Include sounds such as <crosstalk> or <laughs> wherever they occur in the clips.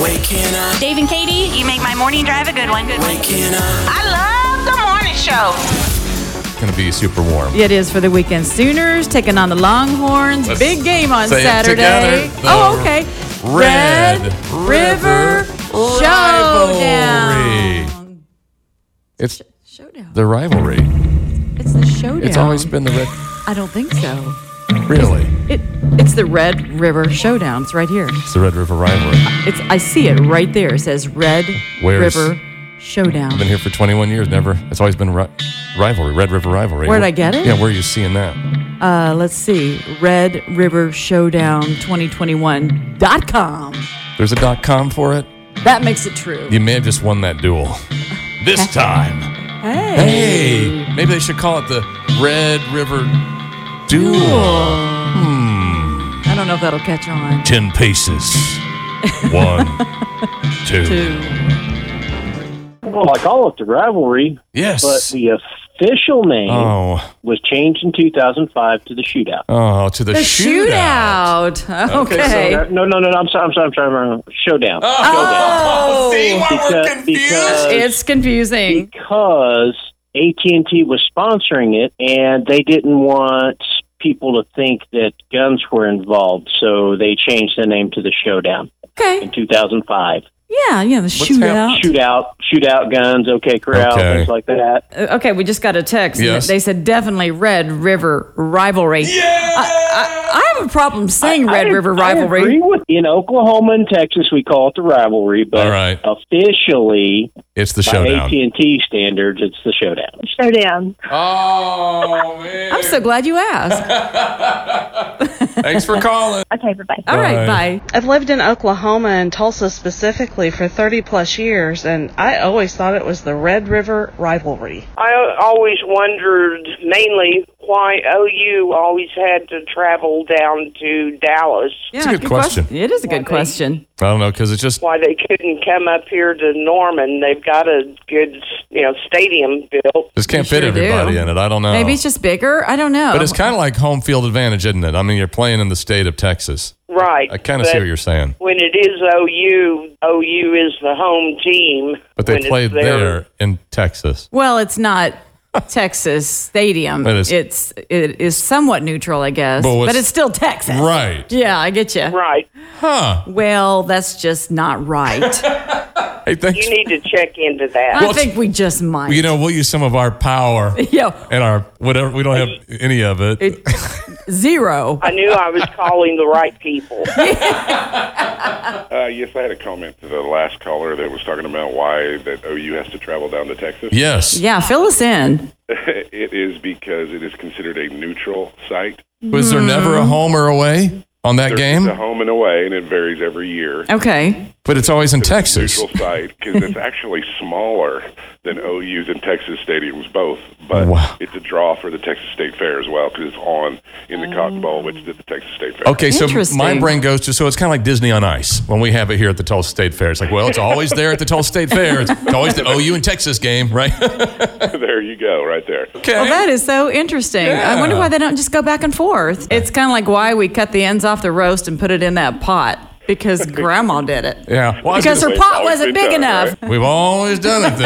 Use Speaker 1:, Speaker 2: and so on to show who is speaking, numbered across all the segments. Speaker 1: Waking up,
Speaker 2: Dave and Katie,
Speaker 3: You make my morning drive a good one. Good one.
Speaker 1: waking up.
Speaker 3: I love the morning show.
Speaker 4: It's going to be super warm.
Speaker 5: It is for the weekend. Sooners taking on the Longhorns.
Speaker 4: Let's
Speaker 5: Big game on
Speaker 4: say it together.
Speaker 5: Saturday.
Speaker 4: The
Speaker 5: Oh, okay.
Speaker 4: Red River
Speaker 5: River
Speaker 4: Rivalry.
Speaker 5: Showdown.
Speaker 4: It's
Speaker 5: Showdown.
Speaker 4: the rivalry.
Speaker 5: It's the showdown.
Speaker 4: It's always been the red.
Speaker 5: I don't think so.
Speaker 4: Really,
Speaker 5: It. It's the Red River Showdown. It's right here.
Speaker 4: it's the Red River rivalry.
Speaker 5: It's. I see it right there. It says Red
Speaker 4: Where's-
Speaker 5: River Showdown.
Speaker 4: I've been here for 21 years. Never. It's always been ri- rivalry. Red River rivalry.
Speaker 5: Where'd I get it?
Speaker 4: Yeah, where are you seeing that?
Speaker 5: Uh, let's see. Red River Showdown 2021.com.
Speaker 4: There's a dot com for it.
Speaker 5: That makes it true.
Speaker 4: You may have just won that duel. This time. Hey. Maybe they should call it the Red River Duel.
Speaker 5: I don't know if that'll catch on.
Speaker 4: Ten paces. One, two.
Speaker 6: Well, I call it the rivalry,
Speaker 4: Yes.
Speaker 6: but the official name
Speaker 4: oh,
Speaker 6: was changed in 2005 to the shootout.
Speaker 4: oh, to the,
Speaker 5: The
Speaker 4: shootout.
Speaker 5: shootout. Okay.
Speaker 4: Okay,
Speaker 6: Uh, No, no, no, no. I'm sorry. I'm sorry. I'm sorry. I'm sorry. Showdown.
Speaker 4: Oh, see why we're
Speaker 6: Because-
Speaker 4: confused?
Speaker 6: because-
Speaker 5: it's confusing.
Speaker 6: because AT&T was sponsoring it and they didn't want people to think that guns were involved, so they changed the name to the Showdown in
Speaker 5: Okay.
Speaker 6: 2005.
Speaker 5: Yeah, yeah, the shootout.
Speaker 6: Shootout, shootout guns, okay corral,
Speaker 4: Okay.
Speaker 6: things like that.
Speaker 5: Uh, Okay, we just got a text. and
Speaker 4: Yes.
Speaker 5: They said definitely Red River rivalry. Yeah. I, I, I have a problem saying Red
Speaker 6: I-
Speaker 5: River
Speaker 6: I agree
Speaker 5: rivalry.
Speaker 6: with, in Oklahoma and Texas, we call it the rivalry, but
Speaker 4: All right.
Speaker 6: officially,
Speaker 4: It's the
Speaker 6: by
Speaker 4: showdown.
Speaker 6: AT&T standards, it's the Showdown.
Speaker 7: Showdown.
Speaker 4: Oh man!
Speaker 5: I'm so glad you
Speaker 4: <laughs>
Speaker 5: asked.
Speaker 4: Thanks for calling.
Speaker 7: Okay, bye-bye.
Speaker 5: All right,
Speaker 4: Bye.
Speaker 5: bye.
Speaker 8: I've lived in Oklahoma and Tulsa specifically for 30 plus years, and I always thought it was the Red River rivalry.
Speaker 9: I always wondered mainly why OU always had to travel down to Dallas,
Speaker 5: Yeah,
Speaker 4: a good
Speaker 5: quest-
Speaker 4: question.
Speaker 5: It is a good question.
Speaker 4: I don't know because it's just
Speaker 9: why they couldn't come up here to Norman. They've got a good, you know, stadium built.
Speaker 4: just can't
Speaker 5: You
Speaker 4: fit
Speaker 5: sure do.
Speaker 4: everybody in it. I don't know.
Speaker 5: Maybe it's just bigger. I don't know.
Speaker 4: Oh. but it's kind of like home field advantage, isn't it? I mean, you're playing in the state of Texas.
Speaker 9: Right.
Speaker 4: I kind of see
Speaker 9: but
Speaker 4: what you're saying.
Speaker 9: When it is OU, OU is the home team.
Speaker 4: But they
Speaker 9: when it's
Speaker 4: played
Speaker 9: their-
Speaker 4: there in Texas.
Speaker 5: well,
Speaker 4: <laughs>
Speaker 5: it's not Texas Stadium.
Speaker 4: It is-
Speaker 5: It's it is somewhat neutral, I guess.
Speaker 4: But
Speaker 5: But,
Speaker 4: what's-
Speaker 5: it's still Texas.
Speaker 4: Right.
Speaker 5: Yeah, I get you.
Speaker 9: Right.
Speaker 4: Huh.
Speaker 5: Well, that's just not right.
Speaker 10: <laughs>
Speaker 4: Hey, thanks.
Speaker 9: You need to check into that.
Speaker 5: <laughs> I think we just might.
Speaker 4: You know, we'll use some of our power
Speaker 5: <laughs> yeah,
Speaker 4: and our whatever. We don't have any of it.
Speaker 5: It- zero.
Speaker 9: I knew I was calling the right people.
Speaker 10: Uh, yes, I had a comment to the last caller that was talking about why that OU has to travel down to Texas.
Speaker 4: <laughs> yes.
Speaker 5: Yeah, fill us in.
Speaker 10: <laughs> it is because it is considered a neutral site.
Speaker 4: Was there never a home or away on that
Speaker 10: There's
Speaker 4: game?
Speaker 10: a home and away, and it varies every year.
Speaker 5: Okay.
Speaker 4: But it's always in Texas.
Speaker 10: Neutral site because
Speaker 4: <laughs>
Speaker 10: it's actually smaller than OU's and Texas stadiums both, but
Speaker 4: Wow.
Speaker 10: it's a draw for the Texas State Fair as well because it's on in the Cotton Bowl, which is at the Texas State Fair.
Speaker 4: Okay, so
Speaker 5: Interesting.
Speaker 4: my brain goes to so it's kind of like Disney on Ice when we have it here at the Tulsa State Fair. It's like, well, it's always there at the Tulsa State Fair. It's always the OU and Texas game, right? <laughs>
Speaker 10: <laughs> there you go, right there.
Speaker 4: okay.
Speaker 5: Well, that is so interesting. I wonder why they don't just go back and forth. It's kind of like why we cut the ends off the roast and put it in that pot
Speaker 4: <laughs>
Speaker 5: because grandma did it.
Speaker 4: yeah. Well, I was
Speaker 5: Because her
Speaker 4: gonna
Speaker 5: pot
Speaker 10: always been
Speaker 5: wasn't big
Speaker 10: done,
Speaker 5: enough.
Speaker 4: say, we've always done it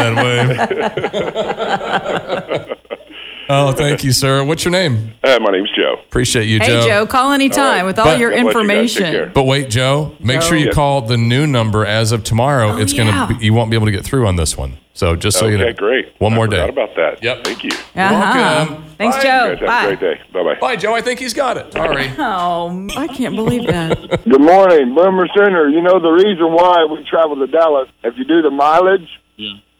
Speaker 4: that way.
Speaker 5: <laughs>
Speaker 4: <laughs> oh, thank you, sir. What's your name?
Speaker 10: Uh, my name's Joe.
Speaker 4: Appreciate you,
Speaker 5: Hey,
Speaker 4: Joe.
Speaker 5: Joe, call anytime
Speaker 10: right.
Speaker 5: with all
Speaker 4: But-
Speaker 5: your
Speaker 10: God bless you guys. Take
Speaker 5: information.
Speaker 10: care.
Speaker 4: But wait, Joe, make sure you
Speaker 10: Yes.
Speaker 4: call the new number as of tomorrow. it's
Speaker 5: Oh, yeah.
Speaker 4: gonna be, you won't be able to get through on this one. So just so
Speaker 10: okay,
Speaker 4: you know.
Speaker 10: great.
Speaker 4: One
Speaker 10: I
Speaker 4: more
Speaker 10: forgot
Speaker 4: day.
Speaker 10: about that.
Speaker 4: Yep.
Speaker 10: Thank you. You
Speaker 4: Welcome.
Speaker 5: Uh-huh. Thanks,
Speaker 4: Bye.
Speaker 5: Joe.
Speaker 10: guys have
Speaker 5: Bye.
Speaker 10: a great day. Bye bye.
Speaker 4: Bye, Joe. I think he's got it. Sorry.
Speaker 5: Oh, I can't believe
Speaker 10: <laughs>
Speaker 5: that.
Speaker 11: Good morning, Boomer Sooner. You know the reason why we travel to Dallas. If you do the mileage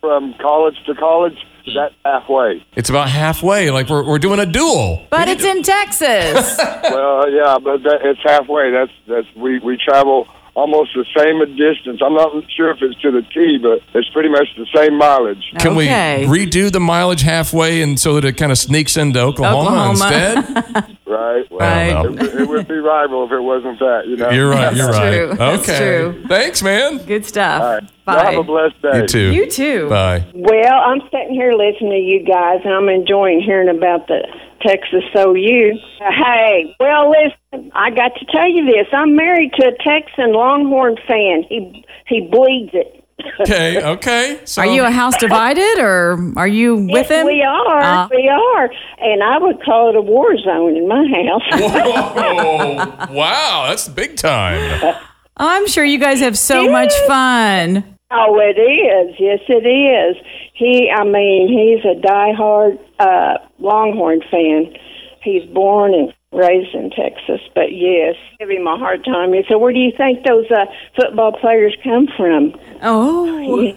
Speaker 11: from college to college, that's halfway.
Speaker 4: It's about halfway. Like we're, we're doing a duel.
Speaker 5: But it's in Texas.
Speaker 11: well, Uh, yeah, but that, it's halfway. That's that's we we travel almost the same distance. I'm not sure if it's to the T, but it's pretty much the same mileage.
Speaker 4: Can
Speaker 5: okay.
Speaker 4: we redo the mileage halfway and so that it kind of sneaks into Oklahoma,
Speaker 5: Oklahoma.
Speaker 4: instead?
Speaker 5: <laughs>
Speaker 11: Right?
Speaker 4: I
Speaker 11: Well,
Speaker 4: don't know.
Speaker 11: it, it would be rival if it wasn't that. You know.
Speaker 4: You're
Speaker 11: <laughs>
Speaker 4: right. You're right.
Speaker 5: true. That's
Speaker 4: Okay.
Speaker 5: true.
Speaker 4: Thanks, man.
Speaker 5: Good stuff.
Speaker 11: All right. Y'all
Speaker 5: Bye.
Speaker 11: Have a blessed day.
Speaker 4: You too.
Speaker 5: You too.
Speaker 4: Bye.
Speaker 7: Well, I'm sitting here listening to you guys, and I'm enjoying hearing about the
Speaker 1: Texas OU. Hey, well, listen, I got to tell you this. I'm married to a Texan Longhorn fan. He he bleeds it.
Speaker 4: Okay, okay. So
Speaker 5: Are
Speaker 4: <laughs>
Speaker 5: you a house divided or are you with him?
Speaker 1: We are,
Speaker 5: Uh,
Speaker 1: we are, and I would call it a war zone in my <laughs> house.
Speaker 4: Whoa, Oh, wow, that's big time.
Speaker 5: Oh, I'm sure you guys have so much fun.
Speaker 1: oh, it is. Yes, it is. He, I mean, he's a diehard uh, Longhorn fan. He's born and raised in Texas, but yes, give him a hard time. He said, "Where do you think those uh, football players come
Speaker 5: <laughs>
Speaker 1: from?"
Speaker 5: Oh,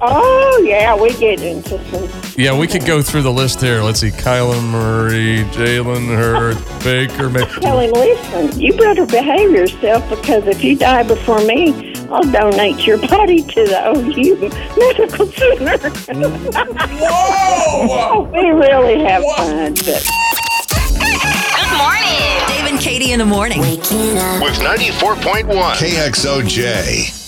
Speaker 1: Oh yeah, we get into some.
Speaker 4: Yeah, we could go through the list here. Let's see: Kyler Murray, Jalen Hurts, Baker.
Speaker 1: Tell
Speaker 4: May-
Speaker 1: him, listen, you better behave yourself because if you die before me, I'll donate your body to the OU Medical Center. <laughs> Oh,
Speaker 4: Whoa!
Speaker 1: we really have fun, but
Speaker 3: Good morning.
Speaker 2: Dave and Katie in the morning.
Speaker 7: With 94.1
Speaker 12: KXOJ.